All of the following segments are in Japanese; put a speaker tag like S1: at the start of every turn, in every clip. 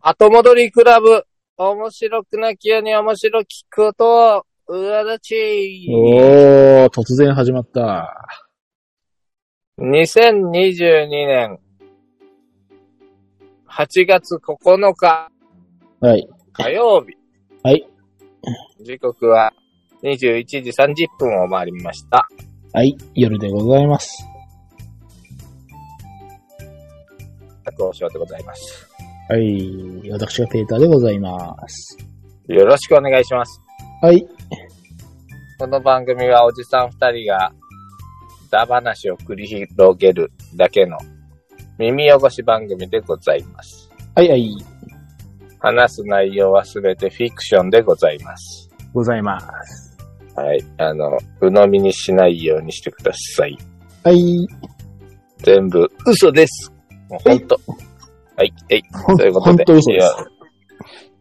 S1: 後戻りクラブ。面白くなきように面白きことを、うわだち。
S2: おー、突然始まった。
S1: 2022年8月9日
S2: はい。
S1: 火曜日。
S2: はい。
S1: 時刻は21時30分を回りました。
S2: はい、夜でございます。
S1: 佐藤翔でございます。
S2: はい、私がペーターでございます。
S1: よろしくお願いします。
S2: はい。
S1: この番組はおじさん二人がダ話を繰り広げるだけの耳汚し番組でございます。
S2: はいはい。
S1: 話す内容はすべてフィクションでございます。
S2: ございます。
S1: はい。あの、鵜呑みにしないようにしてください。
S2: はい。
S1: 全部嘘です。もう本当。はい、はい。
S2: ほん
S1: ということで。
S2: 本当嘘です。
S1: よ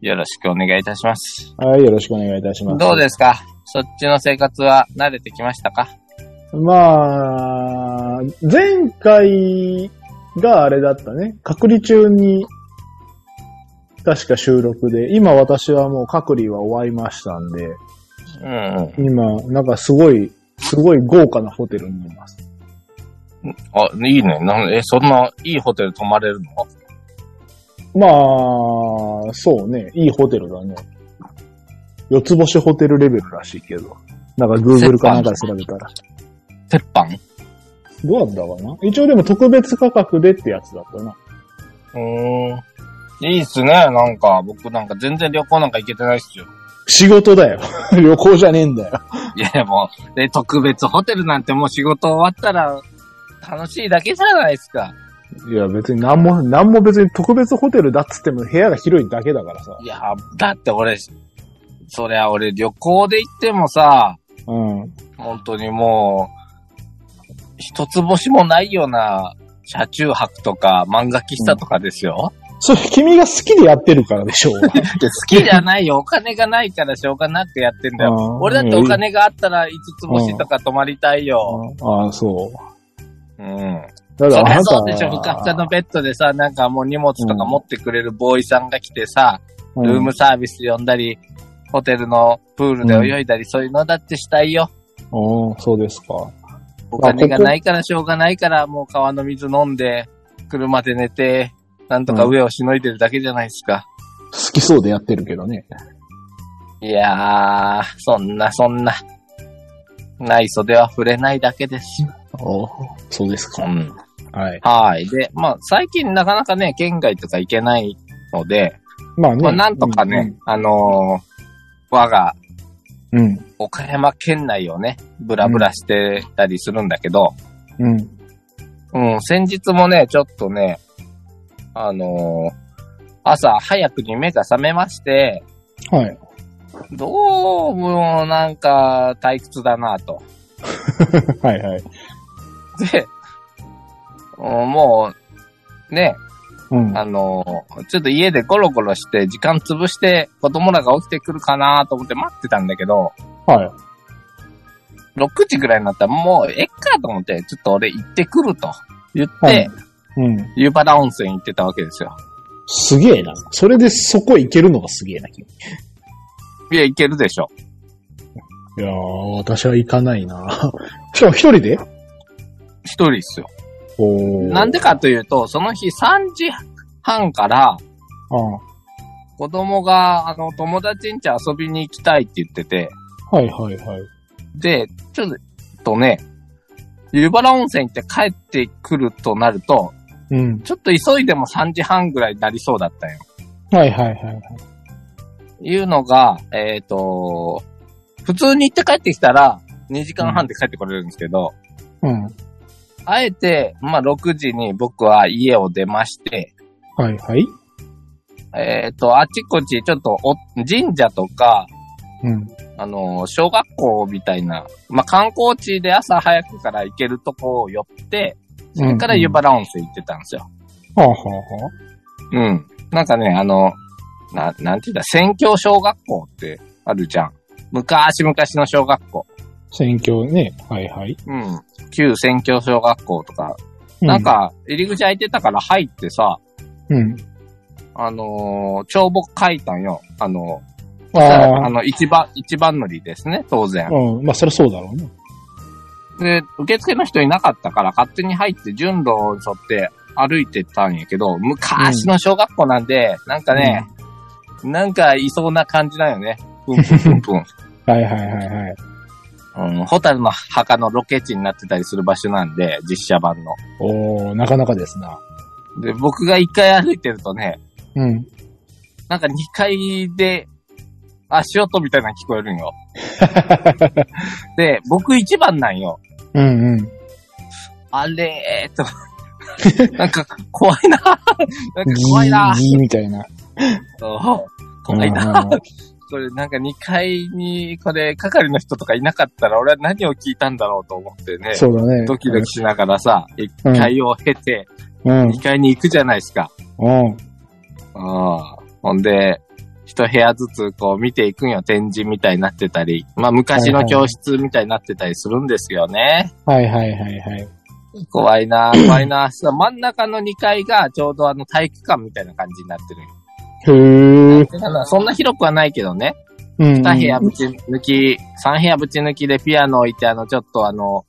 S1: よろしくお願いいたします。
S2: はい、よろしくお願いいたします。
S1: どうですかそっちの生活は慣れてきましたか
S2: まあ、前回があれだったね。隔離中に、確か収録で、今私はもう隔離は終わりましたんで、
S1: うん。
S2: 今、なんかすごい、すごい豪華なホテルにいます。
S1: あ、いいね。なんえ、そんないいホテル泊まれるの
S2: まあ、そうね。いいホテルだね。四つ星ホテルレベルらしいけど。なんか Google かなんかで調べたら。
S1: 鉄板
S2: どうだったかな一応でも特別価格でってやつだったな。
S1: うーん。いいっすね。なんか、僕なんか全然旅行なんか行けてないっすよ。
S2: 仕事だよ。 旅行じゃねえんだよ。
S1: いやいや、もう、で、特別ホテルなんてもう仕事終わったら、楽しいだけじゃないですか。
S2: いや、別になんも、なんも別に特別ホテルだっつっても部屋が広いだけだからさ。
S1: いや、だって俺、そりゃ俺旅行で行ってもさ、
S2: うん。
S1: 本当にもう、一つ星もないような、車中泊とか漫画喫茶とかですよ。
S2: それ君が好きでやってるからでしょう が。
S1: 好きじゃないよ。お金がないからしょうがなくやってんだよ。
S2: あー
S1: 俺だってお金があったら五つ星とか泊まりたいよ。
S2: ああ、そう。
S1: うん。そ
S2: だか
S1: り
S2: らあ
S1: ゃ
S2: なた
S1: そうでしょ。ふかふかのベッドでさ、なんかもう荷物とか持ってくれるボーイさんが来てさ、ルームサービス呼んだり、ホテルのプールで泳いだり、そういうのだってしたいよ。
S2: うん、うんそうですか。
S1: お金がないからしょうがないから、もう川の水飲んで、車で寝て、なんとか上をしのいでるだけじゃないですか。
S2: 好きそうでやってるけどね。
S1: いやー、そんなそんな。ない袖は触れないだけです。
S2: おそうです
S1: う
S2: か。
S1: ん。
S2: はい。
S1: はい。で、まあ、最近なかなかね、県外とか行けないので、
S2: まあね。
S1: まあ、なんとかね、あのー我が
S2: うん。うん。
S1: 岡山県内をね、ブラブラしてたりするんだけど、
S2: うん。
S1: うん、先日もね、ちょっとね、あのー朝早くに目が覚めまして、
S2: はい。
S1: どうもなんか退屈だなと。
S2: はいはい。
S1: で、うんもう、ね、
S2: うん。
S1: あのーちょっと家でゴロゴロして時間潰して子供らが起きてくるかなと思って待ってたんだけど、
S2: は
S1: 6時ぐらいになったらもうえっかと思って、ちょっと俺行ってくると言って、
S2: はいい。うん。
S1: 湯原温泉行ってたわけですよ。
S2: すげえな。それでそこ行けるのがすげえな、君。い
S1: いや、行けるでしょ。
S2: やー、私は行かないな。 しかも一人で
S1: 一人っすよ。
S2: おー
S1: なんでかというと、その日3時半から
S2: ああ
S1: 子供が、あの、友達ん家遊びに行きたいって言ってて、
S2: はいはいはい。
S1: で、ちょっとね、湯原温泉行って帰ってくるとなると、
S2: うん。
S1: ちょっと急いでも3時半ぐらいになりそうだったんよ。
S2: はいはいはい。
S1: いうのが、えっ、と、普通に行って帰ってきたら、2時間半で帰ってこれるんですけど、
S2: うん。
S1: あえて、まあ、6時に僕は家を出まして、
S2: はいはい。
S1: えっ、と、あちこち、ちょっとお、神社とか、
S2: うん。
S1: あの、小学校みたいな、まあ、観光地で朝早くから行けるとこを寄って、それから湯原温泉行ってたんですよ。
S2: はあはあはあ。
S1: うん。なんかね、あの、な、なんて言うんだ、宣教小学校ってあるじゃん。昔々の小学校。
S2: 選挙ね。はいはい。
S1: うん。旧宣教小学校とか。
S2: う
S1: なん、か、入り口開いてたから入ってさ、
S2: うん。
S1: あのー帳簿書いたんよ。あのあ
S2: あ
S1: の、一番、一番乗りですね、当然
S2: あ、。うん。まあ、そりゃそうだろうね。
S1: で、受付の人いなかったから勝手に入って順路を沿って歩いてったんやけど、昔の小学校なんで、なんかね、なんかいそうな感じだよね。うんぷんぷんぷん。
S2: はいはいはいはい。
S1: うん、ホタルの墓のロケ地になってたりする場所なんで、実写版の。
S2: おー、なかなかですな。
S1: で、僕が一回歩いてるとね、
S2: うん。
S1: なんか二階で足音みたいなの聞こえるん よ。で、僕一番なんよ。
S2: うんうん。
S1: あれーと。 なんか怖いななんか怖いな
S2: ギーギーみたいな。
S1: そう怖い な
S2: うんうんうん
S1: これなんか2階に、これ係の人とかいなかったら俺は何を聞いたんだろうと思ってね。
S2: そうだね。
S1: ドキドキしながらさ、
S2: うん
S1: 1階を経て
S2: うん。うん
S1: 2。階に行くじゃないですか。うん。ほんで、一部屋ずつこう見ていくんよ。展示みたいになってたり。まあ昔の教室みたいになってたりするんですよね。
S2: はいはいはいはい。
S1: 怖いな怖いなさ真ん中の2階がちょうどあの体育館みたいな感じになってるんよ。
S2: へー。
S1: だからそんな広くはないけどね。
S2: うんうん。
S1: 2部屋ぶち抜き、3部屋ぶち抜きでピアノ置いて、あの、ちょっとあの、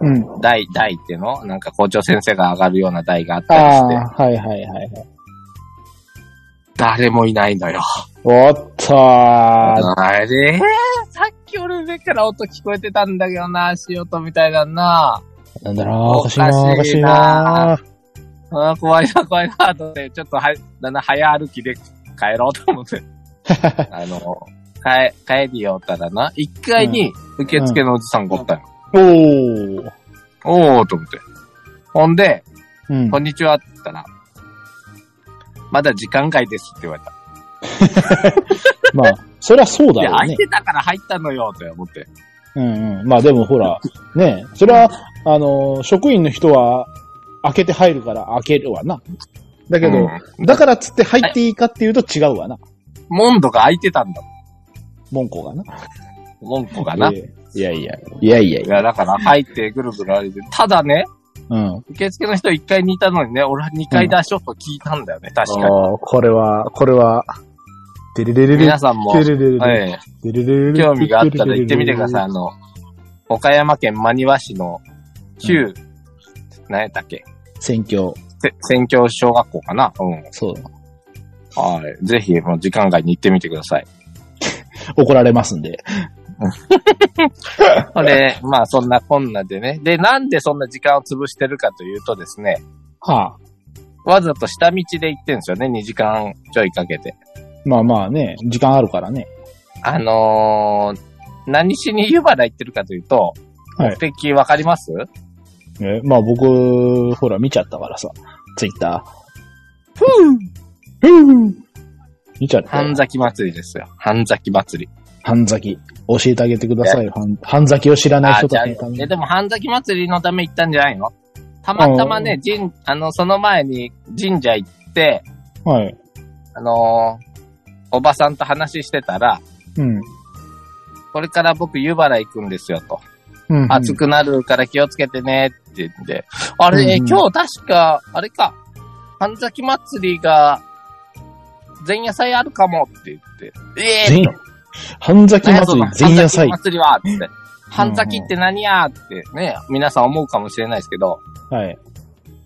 S2: うん。
S1: 台、台っていうのなんか校長先生が上がるような台があっ
S2: あ
S1: たり
S2: あ
S1: して、、
S2: はいはいはい。
S1: 誰もいないのよ。
S2: おっとー。
S1: あれさっき俺上から音聞こえてたんだけどな、足音みたいだな。
S2: なんだろう、お
S1: お
S2: か
S1: か
S2: し
S1: し
S2: い
S1: い
S2: な
S1: な
S2: ー、おかしいなー。
S1: あー怖いな、怖いな、と思って、ちょっとは、だんだん早歩きで帰ろうと思 って。あの、帰、帰りよったらな、1階に受付のおじさんがおったよ。
S2: おー。
S1: おー、と思って。ほんで、
S2: うん
S1: こ。んにちはって言ったら、まだ時間外ですって言われた。
S2: まあ、そりゃそう
S1: い
S2: だ
S1: や、
S2: ろう
S1: 空
S2: ね
S1: い。てたから入ったのよって思って。
S2: うんうん。まあでもほら、ねそれは、あのー、職員の人は、開けて入るから開けるわな。だけど、
S1: うん
S2: だからっつって入っていいかっていうと違うわな。
S1: 門戸が空いてたんだ。
S2: 門戸がな。
S1: 門戸がな。い
S2: えーいやいや、いやいやいや。
S1: や、だから入ってぐるぐる歩いて。ただね、
S2: うん。
S1: 受付の人1階にいたのにね、俺は2階で足音聞いたんだよね、確かに。
S2: おーこれは、これは、デレレレレ。
S1: 皆さんも、
S2: デレレレレ
S1: ええ
S2: デレレレレ
S1: 興味があったら行ってみてください。あの、岡山県真庭市の旧、何やったっけ
S2: 選挙、
S1: せ選挙小学校かなうん。
S2: そうだ。
S1: はい。ぜひ、もう時間外に行ってみてください。
S2: 怒られますんで。
S1: これ、まあそんなこんなでね。で、なんでそんな時間を潰してるかというとですね、
S2: はあ。
S1: わざと下道で行ってんですよね、2時間ちょいかけて。
S2: まあまあね、時間あるからね。
S1: あのー、何しに湯原行ってるかというと、
S2: はい
S1: 目的わかります、
S2: えまあ僕、ほら見ちゃったからさ。ツイッター。ふぅふぅ見ちゃったよ
S1: 半。崎祭りですよ。半崎祭り。
S2: 半崎。教えてあげてくださいよ。半半崎を知らない
S1: あ
S2: 人
S1: ー、じゃ
S2: た
S1: あ、
S2: ちのため
S1: え
S2: に。
S1: でも半崎祭りのため行ったんじゃないのたまたまね、神、あの、その前に神社行って、
S2: はい。
S1: あのーおばさんと話してたら、
S2: うん。
S1: これから僕湯原行くんですよ、と。
S2: うん、 うん。
S1: 暑くなるから気をつけてねって言って、あれ、
S2: うんうん
S1: 今日確か、あれか、半崎祭りが、前夜祭あるかもって言って、え
S2: 前
S1: え
S2: 半崎
S1: 何やそ
S2: 祭
S1: の
S2: り、前夜祭。
S1: 半
S2: は
S1: 崎祭りはって。半崎って何やってね、皆さん思うかもしれないですけど、
S2: い。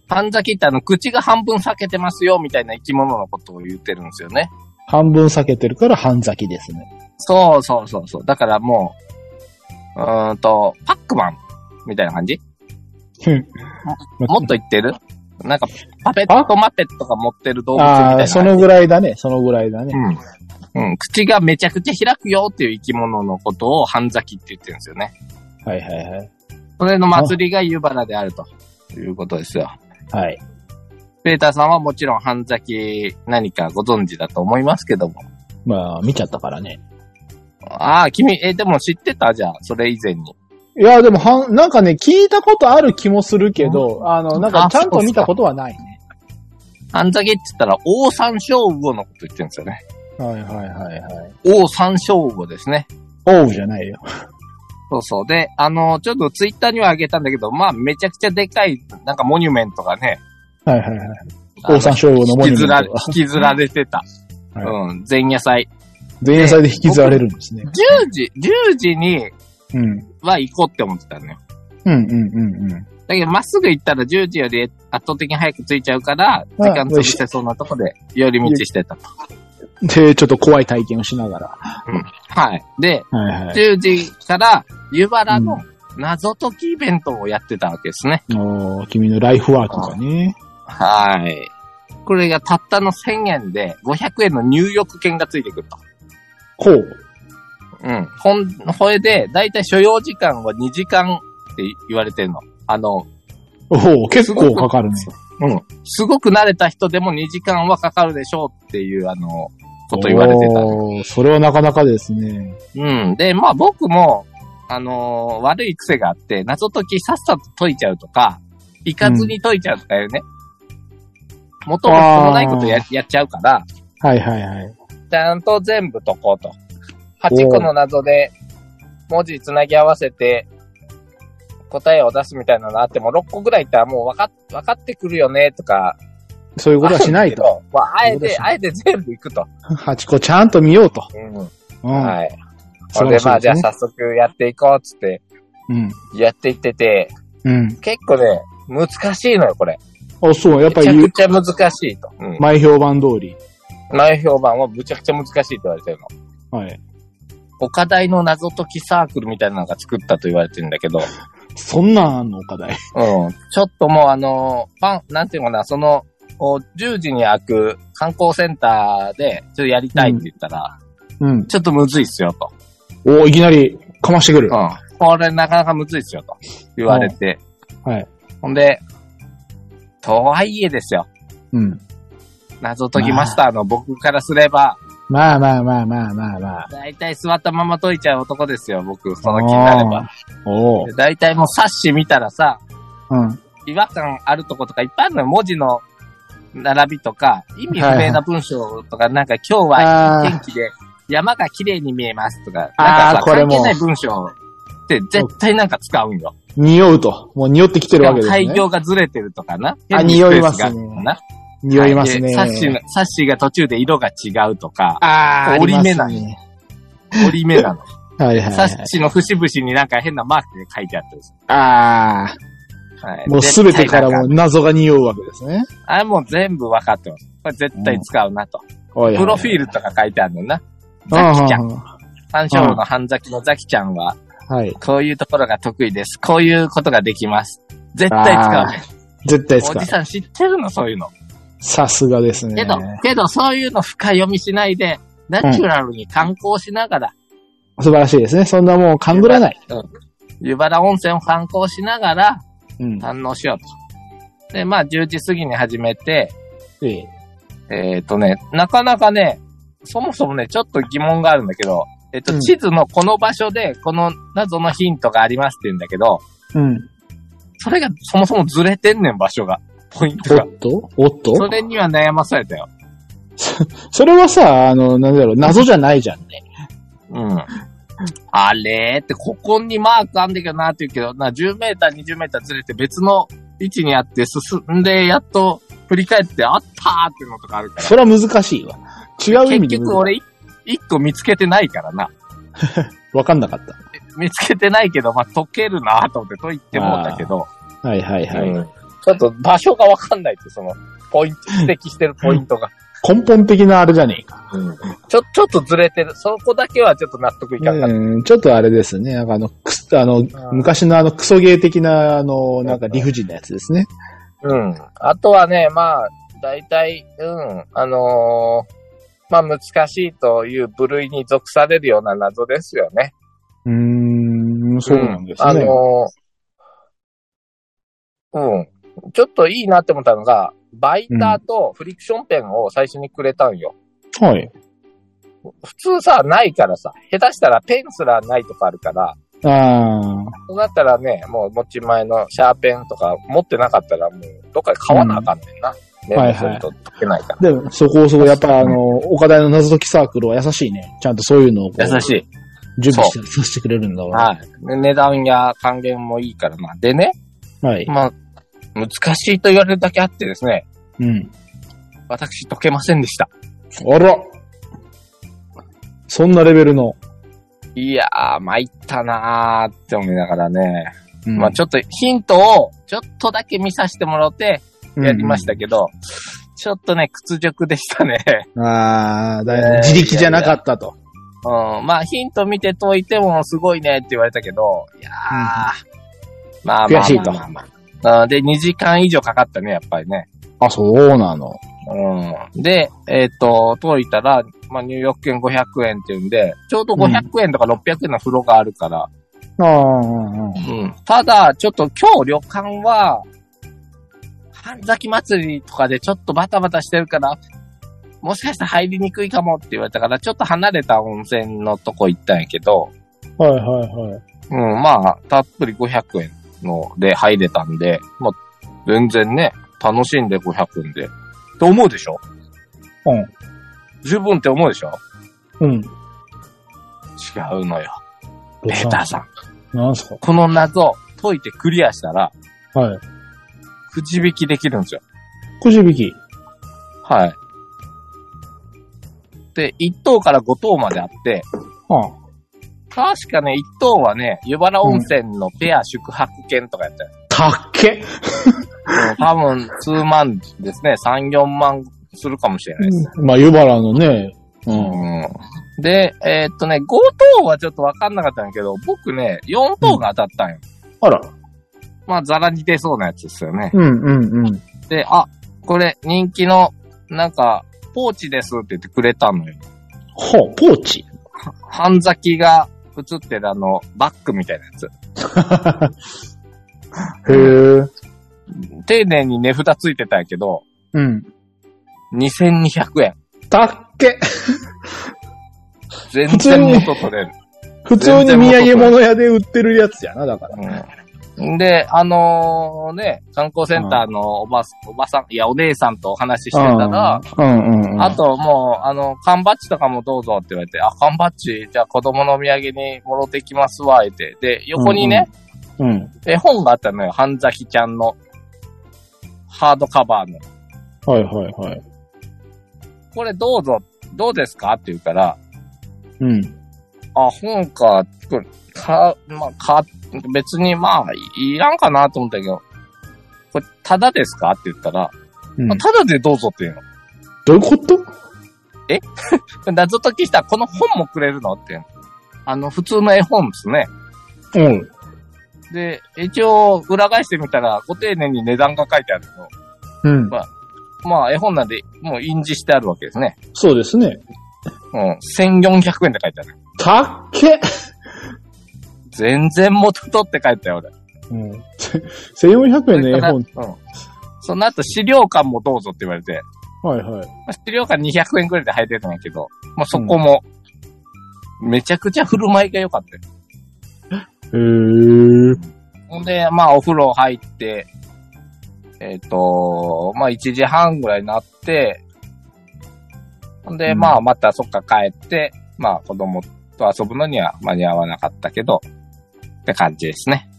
S1: 半崎ってあの、口が半分裂けてますよみたいな生き物のことを言ってるんですよね。
S2: 半分避けてるから半崎ですね。
S1: そうそうそうそう。だからもう、うーんと、パックマンみたいな 感じもっと言ってるなんか、パペットマペットが持ってる動物みたい
S2: あ
S1: な。
S2: あ、そのぐらいだね。そのぐらいだね。
S1: うん。うん。口がめちゃくちゃ開くよっていう生き物のことを半咲きって言ってるんですよね。
S2: はいはいはい。
S1: それの祭りが湯原であるということですよ。
S2: はい。
S1: ペーターさんはもちろん半咲き何かご存知だと思いますけども。
S2: まあ、見ちゃったからね。
S1: ああ、君、え、でも知ってたじゃあ、それ以前に。
S2: いや、でも、はん、なんかね、聞いたことある気もするけど、あの、なんか
S1: あ
S2: ちゃんと
S1: そうっ
S2: 見
S1: すか
S2: たことはないね。
S1: 半咲きって言ったら、王山椒魚のこと言ってるんですよね。
S2: はいはいはいはい。
S1: 王山椒魚ですね。
S2: オウじゃないよ。
S1: そうそう。で、あの、ちょっとツイッターにはあげたんだけど、まあ、めちゃくちゃでかい、なんかモニュメントがね、
S2: はいはいはい。オオサンショウウオのモニ
S1: 引きず
S2: ュメントが
S1: ら、引きずられてた。
S2: はい
S1: うん、前夜祭。
S2: 前夜祭で引きずられるんですね。
S1: 10時、10時に
S2: うん。
S1: は行こうって思ってたのよ。
S2: うんうんうんうん。
S1: だけど、まっすぐ行ったら10時より圧倒的に早く着いちゃうから、
S2: あ
S1: 時間潰せそうなとこで寄り道してたと。
S2: で、ちょっと怖い体験をしながら。
S1: はい。で、
S2: はいはい。
S1: 10時から湯原
S2: う
S1: の謎解きイベントをやってたわけですね。
S2: おー君のライフワークがね。
S1: はい。これがたったの1000円で500円の入浴券がついてくると。
S2: こう。
S1: うん。ほん、ほれで、だいたい所要時間は2時間って言われてるの。あの、
S2: おお結構かかるね。
S1: うん。すごく慣れた人でも2時間はかかるでしょうっていう、あの、こと言われてた。
S2: おーそれはなかなかですね。
S1: うん。で、まあ僕も、あのー悪い癖があって、謎解きさっさと解いちゃうとか、行かずに解いちゃうとかいうね。元も子もないことややっちゃうから、
S2: はいはいはい。
S1: ちゃんと全部解こうと。8個の謎で文字つなぎ合わせて答えを出すみたいなのあっても、6個ぐらいいったらもう分かっ分かってくるよねとか。
S2: そういうことはしない と。
S1: あるけど。まあ、あえ
S2: そういう
S1: て、
S2: ことは
S1: あえて全部行くと。
S2: 8個ちゃんと見ようと。
S1: うん。
S2: うん。
S1: はい。
S2: 素
S1: そ
S2: 晴
S1: れで
S2: らしいですね
S1: まあじゃあ早速やっていこうっつって、
S2: うん。
S1: やっていってて、
S2: うん。
S1: 結構ね、難しいのよ、これ。
S2: あ、そう。やっぱ
S1: めちゃ
S2: り
S1: く、ちゃ難しいと。うん。
S2: 前評判通り。
S1: 前評判はむちゃくちゃ難しいと言われてるの。
S2: はい。
S1: 岡大の謎解きサークルみたいなのが作ったと言われてるんだけど、うん。
S2: そんなんあんの課題。
S1: ちょっともうあの、パン、なんていうのかな、その、こう10時に開く観光センターで、ちょっとやりたいって言ったら、
S2: うん。
S1: ちょっとむずいっすよ、と。
S2: おーいきなり、かましてくる。
S1: うん。これなかなかむずいっすよ、と言われて。
S2: うんはい。
S1: ほんで、とはいえですよ。
S2: うん。
S1: 謎解きマスターの僕からすれば、
S2: まあまあまあまあまあまあ。
S1: 大体座ったまま解いちゃう男ですよ、僕、その気になれば。
S2: おお
S1: で。大体もう冊子見たらさ、
S2: うん。
S1: 違和感あるとことかいっぱいあるのよ、文字の並びとか、意味不明な文章とか、なんか今日は
S2: あ
S1: 天
S2: ー
S1: 気で山が綺麗に見えますとか、
S2: あー
S1: なんかさ、
S2: これ
S1: 関
S2: も
S1: 係ない文章って絶対なんか使うんよ。
S2: 匂うと。もう匂ってきてるわけですね。
S1: 開業がずれてるとかな。
S2: あ
S1: 変なスペースがあ
S2: 匂いますね
S1: るとかな
S2: 匂いますね。
S1: はいで冊子の冊子が途中で色が違うとか、
S2: あー
S1: 折り目
S2: あ
S1: なの
S2: ります
S1: 折り目なの。
S2: ね はいはい、は
S1: 冊
S2: い。
S1: 子の節々になんか変なマークで書いてあったりす
S2: あ
S1: る。はい
S2: あ。もうすべてから
S1: 絶対
S2: も
S1: な
S2: うん謎が匂うわけですね。
S1: あれもう全部分かってます。これ絶対使うなと。
S2: おい
S1: プロフィールとか書いてあるのな。ザキちゃん。
S2: ん。
S1: 山椒の半ザキのザキちゃんは、
S2: はい。
S1: こういうところが得意です。こういうことができます。絶対使うね。
S2: 絶対使
S1: お
S2: う
S1: じ。さん知ってるのそういうの。
S2: さすがですね。
S1: けど、けどそういうの深読みしないで、ナチュラルに観光しながら、
S2: 素晴らしいですね。そんなもう勘ぐらない。
S1: 湯原温泉を観光しながら
S2: うん。
S1: 堪能しようと。で、まあ10時過ぎに始めて、
S2: ええ
S1: えっ、とね、なかなかね、そもそもね、ちょっと疑問があるんだけど、えっ、
S2: う
S1: と、
S2: ん
S1: 地図のこの場所で、この謎のヒントがありますって言うんだけど、
S2: うん。
S1: それがそもそもずれてんねん、場所が。ポイント
S2: お
S1: が。
S2: っとおっと
S1: それには悩まされたよ。
S2: それはさ、あの、なんだろう、謎じゃないじゃんね。
S1: うん。あれーって、ここにマークあんだけどなって言うけど、な、10メーター、20メーターずれて別の位置にあって進んで、やっと振り返って、あったーっていうのとかあるから。
S2: それは難しいわ。違う意
S1: 結
S2: 味で難しい
S1: 局俺、1個見つけてないからな。
S2: わかんなかっ
S1: 見つけてないけど、まあ、解けるなと思って解いてもんだけど、
S2: た。はいはいはい。
S1: うんちょっと場所がわかんないって、その、ポイント、指摘してるポイントが。
S2: 根本的なあれじゃねえか。
S1: ちょ、ちょっとずれてる。そこだけはちょっと納得いかなかっ
S2: うん、ちょっとあれですね。なんかあの、くすあの、
S1: た。
S2: 昔のあのクソゲー的な、あの、なんか理不尽なやつですね。
S1: うん。あとはね、まあ、大体、うん、あのーまあ、難しいという部類に属されるような謎ですよね。
S2: うーん、そうなんですね。
S1: あのーうん。ちょっといいなって思ったのが、バイターとフリクションペンを最初にくれたんよ。
S2: はい。
S1: 普通さ、ないからさ、下手したらペンすらないとかあるから、
S2: あ
S1: そうなったらね、もう持ち前のシャーペンとか持ってなかったら、もうどっかで買わなあかんねんな。メ
S2: はい
S1: モ
S2: はい
S1: すると解けないから。
S2: あ。でも、そこそこ、やっぱあの、岡田の謎解きサークルは優しいね。ちゃんとそういうのをこう
S1: しい。
S2: 準備してさせてくれるんだわ。
S1: はい。で値段や還元もいいからな。でね、
S2: はい。
S1: まあ、難しいと言われるだけあってですね、
S2: うん。
S1: 私解けませんでした。
S2: あらそんなレベルの。
S1: いやー、参ったなーって思いながらね。
S2: うん
S1: まあちょっとヒントをちょっとだけ見させてもらってやりましたけど、ちょっとね、屈辱でしたね。
S2: うんああ、だい
S1: えー
S2: 自力じゃなかったと。
S1: うん。まあヒント見て解いてもすごいねって言われたけど、いやー。まあまあまあまあ
S2: 悔しいと
S1: まあまあうんで、2時間以上かかったね、やっぱりね。
S2: あ、そうなの。
S1: うん。で、えっ、と、解いたら、まあ入浴券500円っていうんで、ちょうど500円とか600円の風呂があるから、
S2: ああ、うんうん
S1: うん。ただ、ちょっと今日旅館は、半崎祭りとかでちょっとバタバタしてるから、もしかしたら入りにくいかもって言われたから、ちょっと離れた温泉のとこ行ったんやけど、
S2: はいはいはい。
S1: うん、まあ、たっぷり500円ので入れたんで、まあ、全然ね、楽しんで500円で。って思うでしょ
S2: うん。
S1: 十分って思うでしょ
S2: うん。
S1: 違うのよ。ベーターさん。
S2: なんすか
S1: この謎、解いてクリアしたら、
S2: はい。
S1: くじ引きできるんですよ。
S2: くじ引き。
S1: はい。で、1等から5等まであって、
S2: はあ。
S1: 確かね、1等はね、湯原温泉のペア宿泊券とかやったよ。
S2: たっけ、
S1: うん多分、数万ですね。3、4万するかもしれないです。
S2: まあ、湯原のね。う
S1: うん。で、えーっとね、5等はちょっとわかんなかったんだけど、僕ね、4等が当たったんよ。
S2: あら。
S1: まあ、ザラに出そうなやつですよね。
S2: うんうんうん。
S1: で、あ、これ、人気の、なんか、ポーチですって言ってくれたのよ。
S2: ほう、ポーチ。
S1: 半咲きが映ってるあの、バッグみたいなやつ。
S2: へえ。
S1: 丁寧に値札ついてたんやけど、
S2: うん。
S1: 2200円。
S2: たっけ
S1: 全
S2: 普通
S1: 然
S2: に
S1: 元取れる。
S2: 普通に土産物屋で売ってるやつやな、だから。
S1: うん。で、あのーね、観光センターのおば、おばさん、いや、お姉さんとお話ししてたら、
S2: うんうんうん。
S1: あ、ともう、あの、缶バッジとかもどうぞって言われて、あ、缶バッジ、じゃあ子供のお土産にもろてきますわ、って。で、横にね、
S2: うん。
S1: 絵本があったのよ。半崎ちゃんの、ハードカバーの。
S2: はいはいはい。
S1: これどうぞ、どうですかって言うから、
S2: うん。
S1: あ、本か、これか、まあ、か、別にまあ、いいらんかなと思ったけど、これ、ただですかって言ったら、
S2: うん
S1: あ、ただでどうぞって言う
S2: どういうこと
S1: の。謎解きしたら、この本もくれるのって言うの。あの、普通の絵本ですね。
S2: うん。
S1: で、一応、裏返してみたら、ご丁寧に値段が書いてあるの。
S2: うん。
S1: まあ、絵本なんで、もう印字してあるわけですね。
S2: そうですね。
S1: うん。1400円って書いてある。
S2: たっけ
S1: 全然元取って書いてある、
S2: うん。1400円
S1: 俺。
S2: の絵本。
S1: 本。うん。その後、資料館もどうぞって言われて、
S2: はいはい。
S1: まあ資料館200円くらいで入れたんやけど、まあ、そこも、めちゃくちゃ振る舞いが良かったよ。
S2: へえ。
S1: ほんで、まあ、お風呂入って、えっ、と、まあ、1時半ぐらいになって、ほんで、
S2: うん
S1: まあ、またそっか帰って、まあ、子供と遊ぶのには間に合わなかったけど、って感じですね。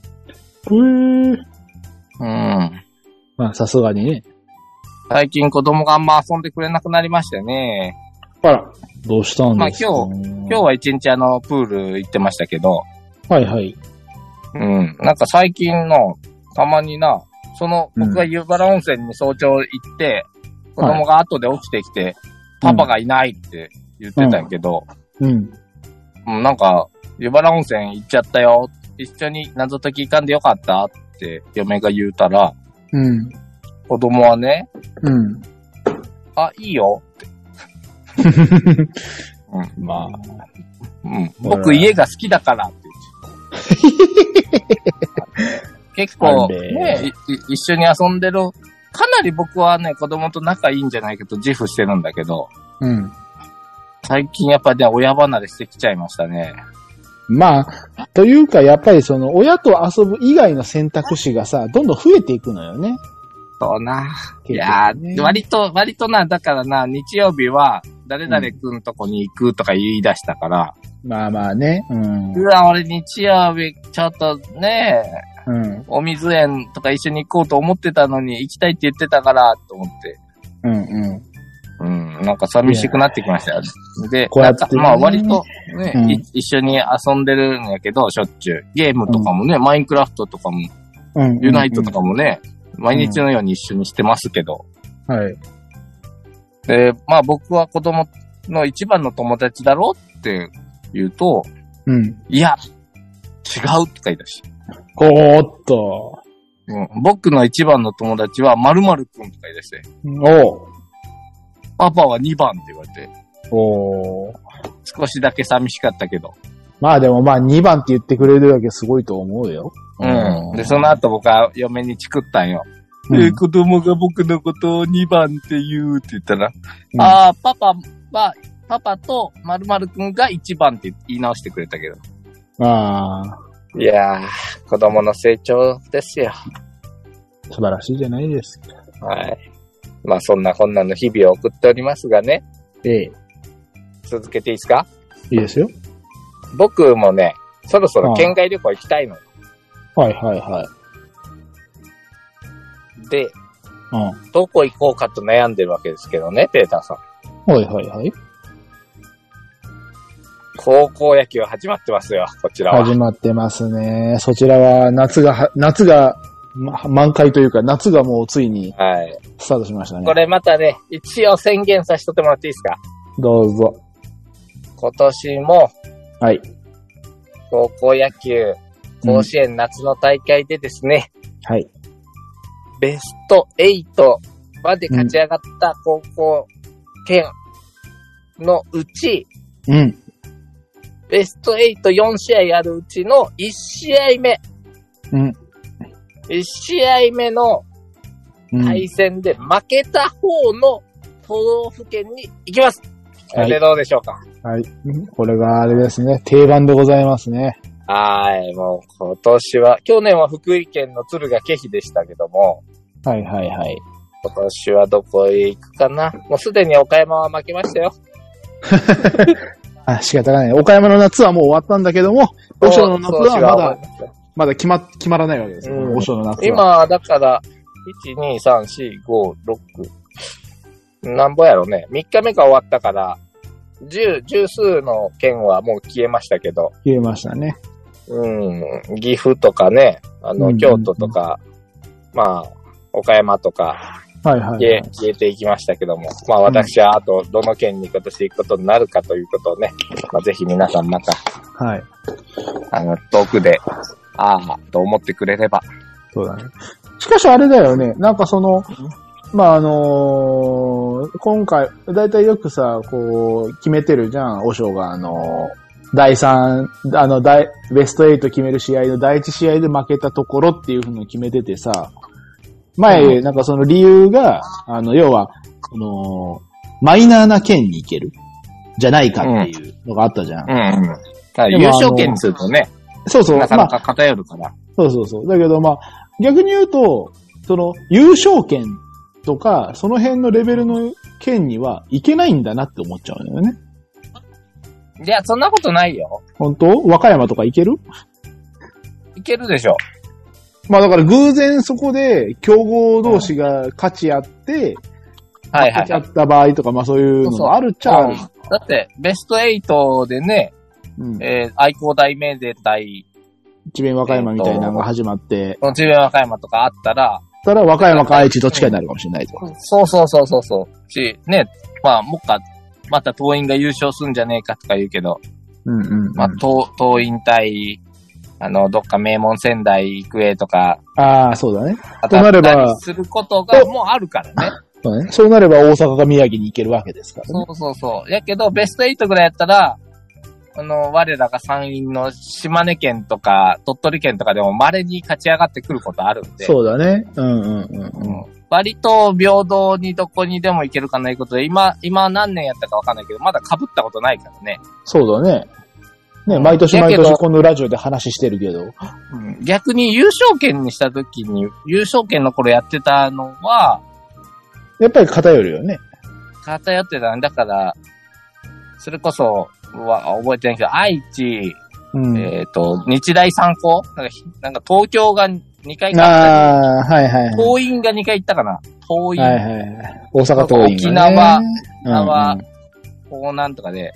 S2: ぷえ。
S1: うん。
S2: まあ、さすがにね。
S1: 最近子供があんま遊んでくれなくなりましてね。
S2: あら。どうしたんですか
S1: まあ今日は一日あの、プール行ってましたけど、
S2: 日。はいはい。
S1: うん。なんか最近の、たまにな、その、僕が湯原温泉に早朝行って、子供が後で起きてきて、パパがいないって言ってたんやけど、
S2: うん。
S1: うんなんか、湯原温泉行っちゃったよ。一緒に謎解き行かんでよかったって嫁が言うたら、
S2: うん。
S1: 子供はね、
S2: うん。
S1: あ、いいよ。うん、
S2: まあ。
S1: うん。僕家が好きだからって言って。結構、
S2: あれ
S1: ね、いい一緒に遊んでる。かなり僕はね、子供と仲いいんじゃないかと自負してるんだけど、
S2: うん。
S1: 最近やっぱね、親離れしてきちゃいましたね。
S2: まあ、というか、やっぱりその、親と遊ぶ以外の選択肢がさ、どんどん増えていくのよね。
S1: そうな。い
S2: 結
S1: や
S2: 局ね
S1: ー、割と、割とな、だからな、日曜日は、誰々くんとこに行くとか言い出したから、
S2: まあまあね。うん。
S1: うわ、俺日曜日、ちょっとね、
S2: うん。
S1: お水園とか一緒に行こうと思ってたのに、行きたいって言ってたから、と思って。
S2: うん。うん。
S1: なんか寂しくなってきましたよ。で、
S2: こうやってね
S1: なんかまあ割とね、
S2: うん
S1: い一緒に遊んでるんやけど、しょっちゅう。ゲームとかもね、マインクラフトとかも、
S2: うん
S1: ユナイトとかもね、毎日のように一緒にしてますけど。
S2: うんはい。
S1: で、まあ僕は子供の一番の友達だろうって言うと、
S2: うん。
S1: いや、違うって書いたし。
S2: おーっと。
S1: うん、僕の一番の友達は〇〇くんって書い出して、
S2: お
S1: パパは2番って言われて、
S2: おー
S1: 少しだけ寂しかったけど。
S2: まあでもまあ2番って言ってくれるだけすごいと思うよ。
S1: うん。で、その後僕は嫁にチクったんよ。
S2: うん
S1: えー子供が僕のことを2番って言うって言ったら、
S2: うん
S1: ああ、パパは、パパと〇〇くんが1番って言い直してくれたけど。
S2: ああ、
S1: いやー、子供の成長ですよ。
S2: 素晴らしいじゃないですか。
S1: はい。まあそんなこんなの日々を送っておりますがね、
S2: ええ。
S1: 続けていいですか
S2: いいですよ。
S1: 僕もね、そろそろ県外旅行行きたいの。
S2: はいはいはい。
S1: で、
S2: う
S1: どこ行こうかと悩んでるわけですけどね、ペーターさん。
S2: ん。はいはいはい。
S1: 高校野球始まってますよ、こちらは。
S2: 始まってますね。そちらは夏がは、夏が、ま満開というか、夏がもうついに
S1: はい。
S2: スタートしましたね。
S1: これまたね、一応宣言させてもらっていいですか
S2: どうぞ。
S1: 今年も
S2: はい。
S1: 高校野球、甲子園夏の大会でですね、
S2: はい。
S1: ベスト8まで勝ち上がった高校県のうち、
S2: うん。
S1: ベスト84試合あるうちの1試合目、
S2: うん。
S1: 1試合目の
S2: うん。
S1: 対戦で負けた方の都道府県に行きます。これでどうでしょうか
S2: はい。これがあれですね。定番でございますね。
S1: はい、もう今年は、去年は福井県の敦賀気比でしたけども、
S2: はいはいはい。
S1: 今年はどこへ行くかなもうすでに岡山は負けましたよ。
S2: あ、仕方がない。岡山の夏はもう終わったんだけども、和尚の夏はまだ、まだ決ま、決まらないわけですよ。
S1: うん
S2: 和尚の夏は。
S1: 今、だから、1、2、3、4、5、6、なんぼやろね。3日目が終わったから、10、十数の県はもう消えましたけど、
S2: 消えましたね。
S1: うん、岐阜とかね、あ
S2: うんうんう
S1: の、
S2: ん
S1: 京都とか、まあ、岡山とか、
S2: はいはい、は
S1: 消え
S2: い。
S1: 消えていきましたけども、まあ私はあとどの県に今年行くことになるかということをね、まあぜひ皆さんなんか、
S2: はい。
S1: あの、遠くで、ああ、と思ってくれれば。
S2: そうだね。しかしあれだよね。なんかその、まああのー今回、だいたいよくさ、こう、決めてるじゃん。和尚があのー第3、あの、第、ベスト8決める試合の第1試合で負けたところっていうふうに決めててさ、前、なんかその理由が、あの、要は、この、マイナーな県に行ける、じゃないかっていうのがあったじゃん。
S1: うんうん。ただ
S2: でも
S1: 優勝県にするとね、
S2: そうそう。
S1: なかな
S2: まあ
S1: か偏るから。
S2: そうそうそう。だけどまあ、逆に言うと、その、優勝権とか、その辺のレベルの権にはいけないんだなって思っちゃうんだよね。
S1: いや、そんなことないよ。
S2: 本当和歌山とかいける
S1: いけるでしょ。
S2: まあだから偶然そこで、競合同士が勝ち合って、
S1: はいは
S2: 勝
S1: い、
S2: ち合
S1: はい。
S2: った場合とか、まあそういうのもあるっちゃある。
S1: うんだって、ベスト8でね、
S2: うん。
S1: えー、愛工大名電対、
S2: 智弁和歌山みたいなのが始まって、
S1: 智弁和歌山とかあったら、
S2: たら和歌山か愛知どっちかになるかもしれないと。
S1: そうそうそうそうそう。し、ね、まあ、もっか、また党員が優勝すんじゃねえかとか言うけど、
S2: うんうん、うん。
S1: まあ、党、党員対、あの、どっか名門仙台育英とか、
S2: ああ、そうだね。
S1: 当た
S2: となれ
S1: っ
S2: ば
S1: たりすることがもうあるからね。
S2: そうだね。そうなれば大阪か宮城に行けるわけですからね。
S1: そうそうそう。やけど、ベスト8ぐらいやったら、あの、我らが参院の島根県とか、鳥取県とかでも稀に勝ち上がってくることあるんで。
S2: そうだね。うんうんうんうん。
S1: 割と平等にどこにでも行けるかないことで、今、今何年やったかわかんないけど、まだ被ったことないからね。
S2: そうだね。ね、毎年毎年このラジオで話してるけど。
S1: うん逆に優勝権にした時に、優勝権の頃やってたのは、
S2: やっぱり偏るよね。
S1: 偏ってたんだから、それこそ、は覚えてないけど、愛知、
S2: うん。
S1: えっ、と、日大三高なんかひ、なんか東京が2回勝った
S2: ああ、はいはい
S1: り、
S2: は
S1: 党員が2回行ったかな。党
S2: い。
S1: 員、
S2: はいはいはい。大阪桐蔭、ね。
S1: 沖縄あは、こうなんとかで、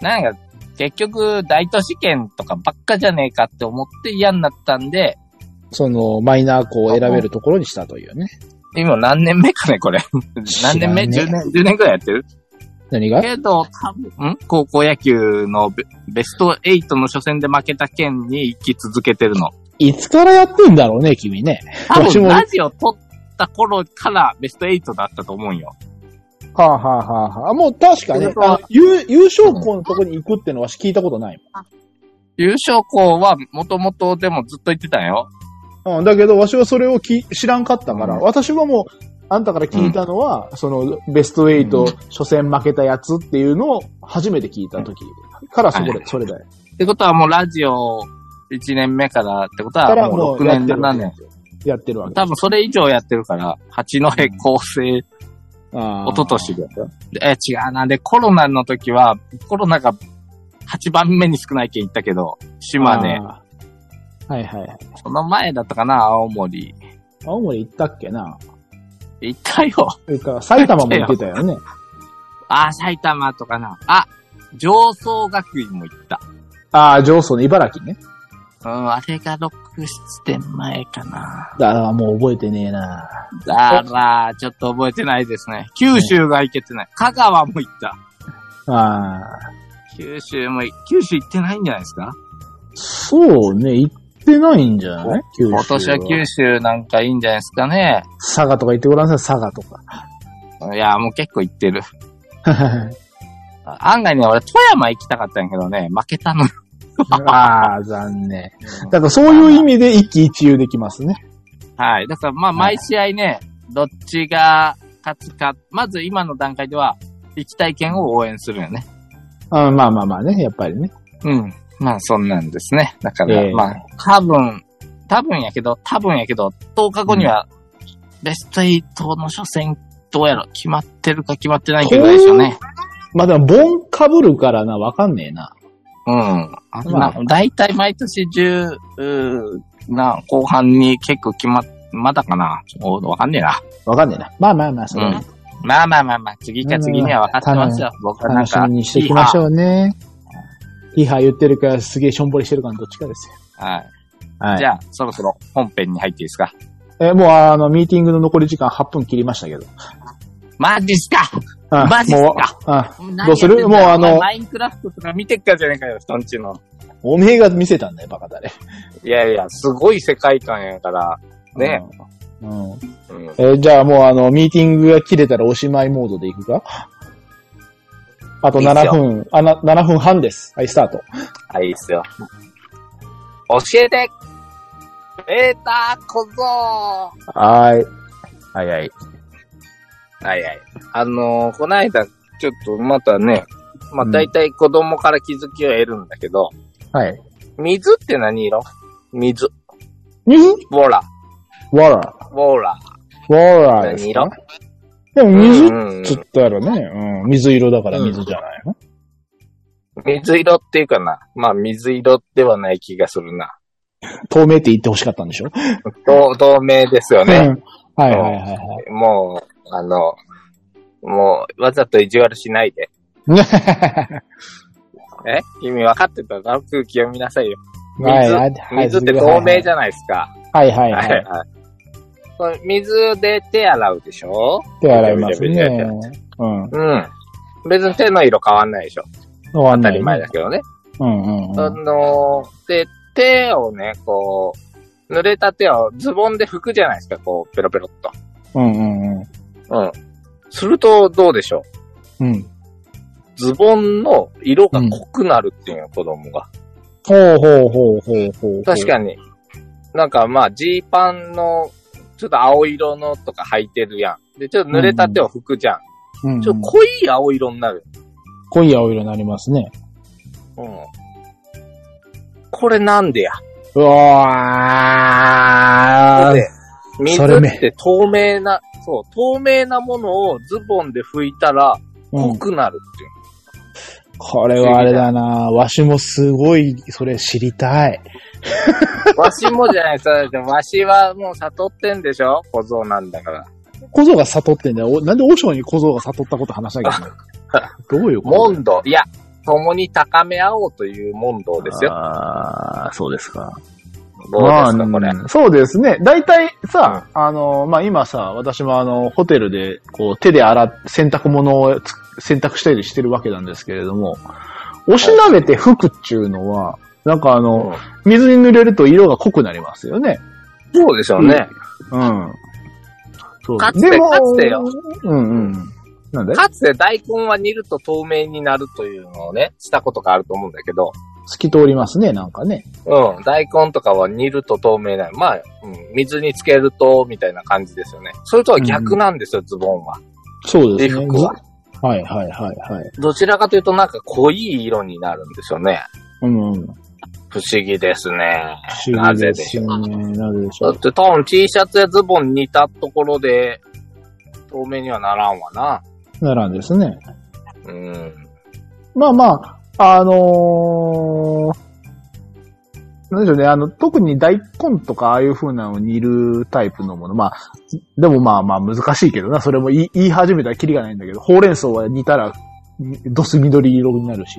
S1: なんか、結局、大都市圏とかばっかじゃねえかって思って嫌になったんで、
S2: その、マイナー校を選べるところにしたというね。
S1: 今何年目かね、これ。何年目 ?10
S2: 知ら
S1: 年、10年くらいやってる
S2: 何が
S1: けど、多分、ん高校野球のベベスト8の初戦で負けた県に行き続けてるの。
S2: いつからやってんだろうね、君ね。
S1: 多
S2: 私
S1: 分、
S2: も
S1: ラジオ撮った頃からベスト8だったと思うんよ。
S2: はあ、はあはあはあ、もう確かね
S1: それ、は
S2: あ優優勝校のとこに行くってのは聞いたことない
S1: 優勝校はもともとでもずっと言ってたんよ。
S2: もん。うん、だけど、わしはそれをき知らんかったから、
S1: うん
S2: 私はもう、あんたから聞いたのは、その、ベスト8、
S1: うん
S2: 初戦負けたやつっていうのを初めて聞いた時から、そこ
S1: は
S2: で、それだよ。
S1: ってことはもうラジオ1年目からってこと
S2: から
S1: はもう6
S2: や
S1: 年
S2: って
S1: で
S2: るわ
S1: 7
S2: け
S1: 年。
S2: やってるわけ。
S1: 多分それ以上やってるから、八戸構成、
S2: あー
S1: 一昨年で。え、違うな。で、コロナの時は、コロナが8番目に少ない県行ったけど、島根、
S2: あーはいはいはい。
S1: その前だったかな、青森。
S2: 青森行ったっけな
S1: 行ったよ。
S2: それから埼玉も行ってたよ ね。
S1: あ、埼玉とかな。あ、上層学院も行った。
S2: ああ、上層の茨城ね。
S1: うん、あれが6、7年前かな。
S2: だからもう覚えてねえな
S1: だから、ちょっと覚えてないですね。九州が行けてない。香川も行った。
S2: ああ。
S1: 九州もい、九州行ってないんじゃないですか
S2: そうね、行ってないんじゃない九州
S1: 今年は九
S2: 州。
S1: 州なんかいいんじゃないですかね。
S2: 佐賀とか行ってごらんなさい、佐賀とか。
S1: いや、もう結構行ってる。 案外ね、俺、富山行きたかったんやけどね、負けた の。
S2: ああ、残念。だからそういう意味で一喜一憂できますね。
S1: はい。だから、まあ、毎試合ね、どっちが勝つか、まず今の段階では、行きたい県を応援するよね。
S2: あまあまあまあね、やっぱりね。
S1: うん。まあ、そんなんですね。だから、
S2: ええ
S1: まあ、多分、多分やけど、多分やけど、10日後には、ベスト8の初戦、どうやろ、決まってるか決まってないけどでしょうね。
S2: まあでも、盆かぶるからな、わかんねえな。
S1: うん。あ
S2: ま
S1: な
S2: あ
S1: だいたい毎年10な後半に結構決まっ、まだかなちょっとわかんねえな。
S2: わかんねえな。まあまあまあ、そ
S1: う
S2: れは
S1: ん。まあまあまあまあ、次か次には分かってますよ。僕はなん
S2: 楽し
S1: か、
S2: みにしていきましょうね。リハ言ってるか、すげえしょんぼりしてるかのどっちかですよ。
S1: はい。
S2: はい。
S1: じゃあ、そろそろ本編に入っていいですか。
S2: えーもうあの、ミーティングの残り時間8分切りましたけど。
S1: マジっすか
S2: あ
S1: マジっすか
S2: もうあ
S1: ど
S2: うするもうあの
S1: マインクラフトとか見てっからじゃねえかよ、人んちの。
S2: おめえが見せたんだよ、バカだね。
S1: いやいや、すごい世界観やから。ね。
S2: うん。
S1: うん。
S2: えーじゃあもうあの、ミーティングが切れたらおしまいモードでいくかあと
S1: いいっすよ
S2: 7分、あな、7分半です。はい、スタート。
S1: あ、いいっすよ。教えてベータ小僧
S2: はーい。
S1: はいはい。はいはい。あのーこないだ、ちょっとまたね、まあ
S2: うん
S1: 大体子供から気づきを得るんだけど、
S2: はい。
S1: 水って何色水。
S2: 水
S1: ボラ。
S2: わら。
S1: ボラ。
S2: わらです
S1: 何色
S2: かでも水っ
S1: うん
S2: つったらね、うん、水色だから水じゃないの、
S1: 水色っていうかな。まあ水色ではない気がするな。
S2: 透明って言ってほしかったんでしょ、
S1: 透透明ですよ
S2: うん。は
S1: ね。
S2: いはいはいはい。
S1: もう、あの、もう、わざと意地悪しないで。え君分かってただろ空気読みなさいよ。水、水って透明じ
S2: ゃ
S1: ゃないですか。
S2: はいはい
S1: は
S2: はいい。
S1: はい。これ水で手洗うでしょ
S2: 手洗い ます
S1: めちゃめちゃ
S2: ね。うん。
S1: うん。別に手の色変わんないでしょ。
S2: 当
S1: 当たり前だ。けどね。
S2: うんうんう
S1: あ
S2: ん。
S1: のーで、手をね、こう、濡れた手をズボンで拭くじゃないですか、こう、ペロペロっと。
S2: うんうんう
S1: う
S2: ん。
S1: ん。すると、どうでしょう
S2: うん。
S1: ズボンの色が濃くなるっていうの、子供が。
S2: ほうほうほうほうほう。
S1: 確かに。なんかまあ、ジーパンの、ちょっと青色のとか履いてるやん。で、ちょっと濡れた手を拭くじゃん。
S2: に。うん、
S1: ちょっと濃い青色になる。
S2: 濃い青色になりますね。
S1: うん。これなんでや
S2: うわー
S1: で、水
S2: それめ
S1: って透明な、そう、透明なものをズボンで拭いたら
S2: う
S1: 濃
S2: ん、
S1: くなるっていう。
S2: これはあれだなわしもすごい、それ知りたい。
S1: わしもじゃないですか。だってわしはもう悟ってんでしょ小僧なんだから。
S2: 小僧が悟ってんだよ。おなんで和尚に小僧が悟ったこと話しなきゃいけ ないどういうこと
S1: 問答。いや、共に高め合おうという問答ですよ。
S3: ああ、そうですか。
S1: どうですか、これ。
S2: うんそうですね。大体さ、あの、まあ、今さ、私もあの、ホテルで、こう、手で洗っ、洗濯物をつ洗濯したりしてるわけなんですけれども、押しなべて服っていうのは、なんかあの、水に濡れると色が濃くなりますよね。
S1: そうでしょうね。
S2: うん。そう
S1: かつて
S2: でも
S1: かつてよ。
S2: うんうん。なんで好
S1: かつて大根は煮ると透明になるというのをね、したことがあると思うんだけど、
S2: き通りますね、なんかね。
S1: うん、大根とかは煮ると透明なまあ、うん、水につけると、みたいな感じですよね。それとは逆なんですよ、ズボンは。
S2: そうですね。
S1: 衣服は。
S2: はいはいはいはい。
S1: どちらかというとなんか濃い色になるんですよね。
S2: うん、うん。
S1: 不思議ですね。
S2: 不思
S1: な
S2: 議
S1: ぜ
S2: で
S1: ですしょ
S2: よ
S1: う。
S2: ね。なぜでし
S1: だ
S2: ょ
S1: っ
S2: う。
S1: て多分 T シャツやズボン似たところで、透明にはならんわな。
S2: ならんですね。
S1: うん。
S2: まあまあ、あのーなんでしょうね、あの、特に大根とかああいう風なのを煮るタイプのもの。まあ、でもまあまあ難しいけどな、それも言い言い始めたらキリがないんだけど、ほうれん草は煮たら、ドス緑色になるし、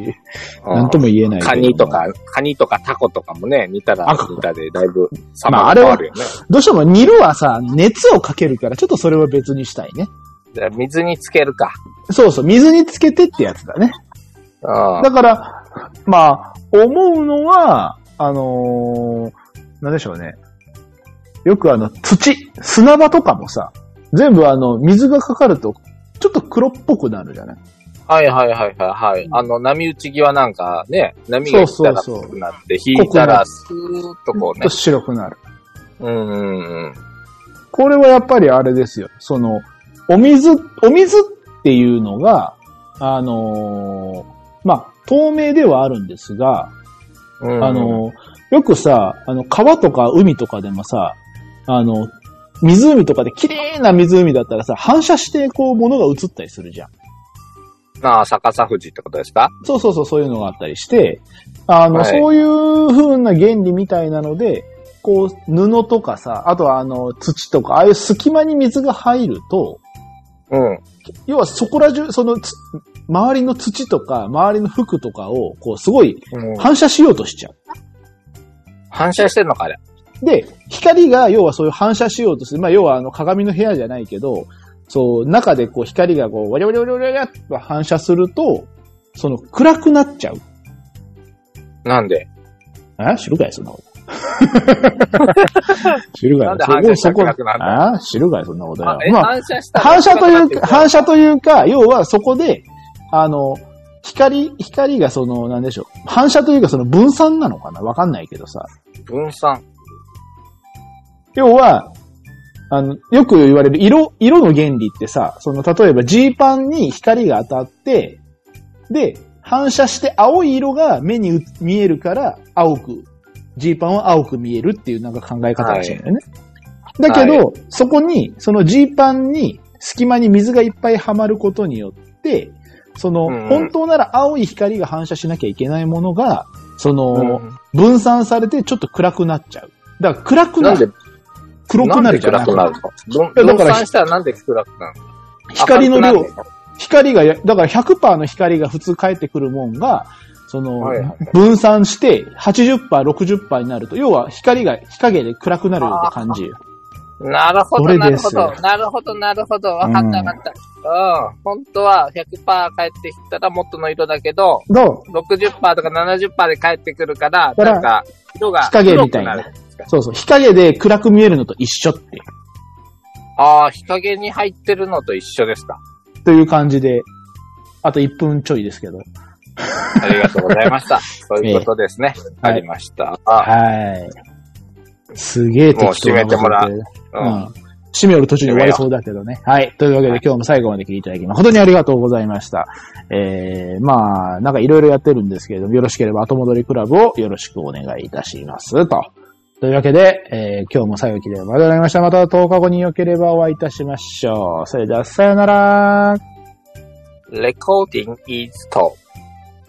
S2: なんとも言えないけど
S1: カニとか、カニとかタコとかもね、似たら
S2: あ
S1: 似たでだいぶ
S2: まあ
S1: 様が
S2: あれ
S1: 変
S2: は
S1: わるよね。
S2: どうしても煮るはさ、熱をかけるから、ちょっとそれは別にしたいね。
S1: じゃあ水につけるか。
S2: そうそう、水につけてってやつだね。
S1: うん。
S2: だから、まあ、思うのは、あのーなんでしょうね。よくあの、土、砂場とかもさ、全部あの、水がかかると、ちょっと黒っぽくなるじゃない
S1: はいはいはいはいはい。あの、波打ち際なんかね、波が来たら
S2: そうそうそ
S1: 濃
S2: う
S1: くなって、引いたらスーッとこう
S2: ちょっと
S1: ね。
S2: 白くなる。
S1: うんうんうん。
S2: これはやっぱりあれですよ。その、お水、お水っていうのが、あのーまあ、透明ではあるんですが、
S1: うん
S2: あ、の、よくさ、あの、川とか海とかでもさ、あの、湖とかで綺麗な湖だったらさ、反射してこう物が映ったりするじゃん。
S1: なあ、逆さ富士ってことですか
S2: そうそうそう、そういうのがあったりして、あ
S1: は
S2: の、
S1: い
S2: そういう風な原理みたいなので、こう、布とかさ、あとはあの、土とか、ああいう隙間に水が入ると、
S1: うん。
S2: 要はそこら中、そのつ、周りの土とか、周りの服とかを、こう、すごい
S1: うん
S2: 反射しようとしちゃう。
S1: 反射してんのかあれ。
S2: で、光が要はそういう反射しようとする。まあ要はあの鏡の部屋じゃないけど、そう、中でこう光がこう、わりわりわりわりわりと反射すると、その暗くなっちゃう。
S1: なんで
S2: あ知るかい、そんなこと。知るかい。
S1: なんで反射したら
S2: そこ
S1: 暗くなる
S2: あ知るかい、そんなこと
S1: あ
S2: よ
S1: え
S2: まあ、
S1: 反射したら
S2: 反射というか、反射
S1: いう
S2: というか、要はそこで、あの、光、光がその、なんでしょう。反射というか、その分散なのかなわかんないけどさ。
S1: 分散。
S2: 要は、あの、よく言われる色、色の原理ってさ、その、例えばジーパンに光が当たって、で、反射して青い色が目にう見えるから、青く、ジーパンは青く見えるっていうなんか考え方らしいんだよね。だけど、そこに、そのジーパンに隙間に水がいっぱいはまることによって、その、
S1: うんうん
S2: 本当なら青い光が反射しなきゃいけないものが、その、
S1: うん
S2: 分散されてちょっと暗くなっちゃう。だから暗くな
S1: な
S2: る
S1: んで、
S2: 黒くなるじゃ
S1: んで
S2: な
S1: 暗くなる
S2: く
S1: の分
S2: いやだから
S1: 分散したらなんで暗くなるの
S2: 光の
S1: 明
S2: 量
S1: るく、なる
S2: 光がや、だから100%の光が普通返ってくるもんが、その、
S1: はいはい
S2: 分散して80%、60%になると、要は光が日陰で暗くなるような感じ。
S1: なるほど、
S2: そ
S1: な
S2: れで
S1: るほ
S2: す
S1: ど、なるほど、なるほど、わかったわかった。うん、本当は100%返ってきたら元の色だけど、
S2: どう
S1: 60%とか70%で返ってくるから、
S2: だから
S1: なんか、色が
S2: 日陰みたいな
S1: 黒くるんですか
S2: そうそう。日陰で暗く見えるのと一緒って。
S1: ああ、日陰に入ってるのと一緒 ですか。
S2: という感じで、あと1分ちょいですけど。
S1: ありがとうございました。そういうことですね。
S2: え
S1: ありました。あ
S2: はい。すげえ適当
S1: もう
S2: な
S1: 締めてもら
S2: う。う
S1: うん
S2: ん。締めよる途中で終わりそうだけどね。はい。というわけで今日も最後まで聞いていただき、誠にありがとうございました。えー、まあ、なんかいろいろやってるんですけれども、よろしければ後戻りクラブをよろしくお願いいたします。と。というわけで、えー、今日も最後まで聞いていただきありがとうございました。また10日後に良ければお会いいたしましょう。それでは、さよなら。
S1: Recording is t o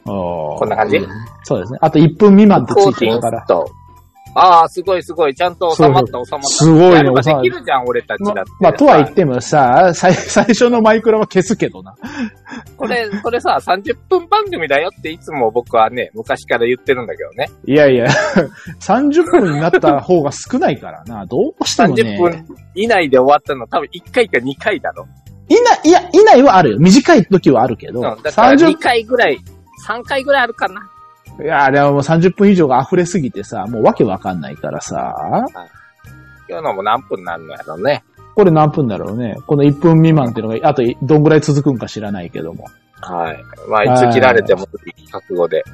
S2: こ
S1: こんな感じ
S2: そうですね。あと1分未満ってついてるから。
S1: Recording is t o ああ、すごいすごい。ちゃんと収まった、収まった。
S2: すごいね
S1: やれば
S2: 収まる
S1: できるじゃん、俺たちだ
S2: ま
S1: って。
S2: まあ、とは言ってもさ、最、最初のマイクラは消すけどな。
S1: これ、これさ、30分番組だよっていつも僕はね、昔から言ってるんだけどね。
S2: いやい や、30分になった方が少ないからな。どうしても
S1: 30
S2: ね。
S1: 分以内で終わったの多分1回か2回だろ。
S2: いない、いや、いないはあるよ。短い時はあるけ
S1: う
S2: ど。
S1: ん、だから2
S2: 30、
S1: 回ぐらい、3回ぐらいあるかな。
S2: いや、でももう30分以上が溢れすぎてさ、もうわけわかんないからさ。
S1: 今日のも何分なんのやろうね。
S2: これ何分だろうね。この1分未満っていうのが、あとどんぐらい続くんか知らないけども。
S1: はい。まあ、いつ切られても覚悟で。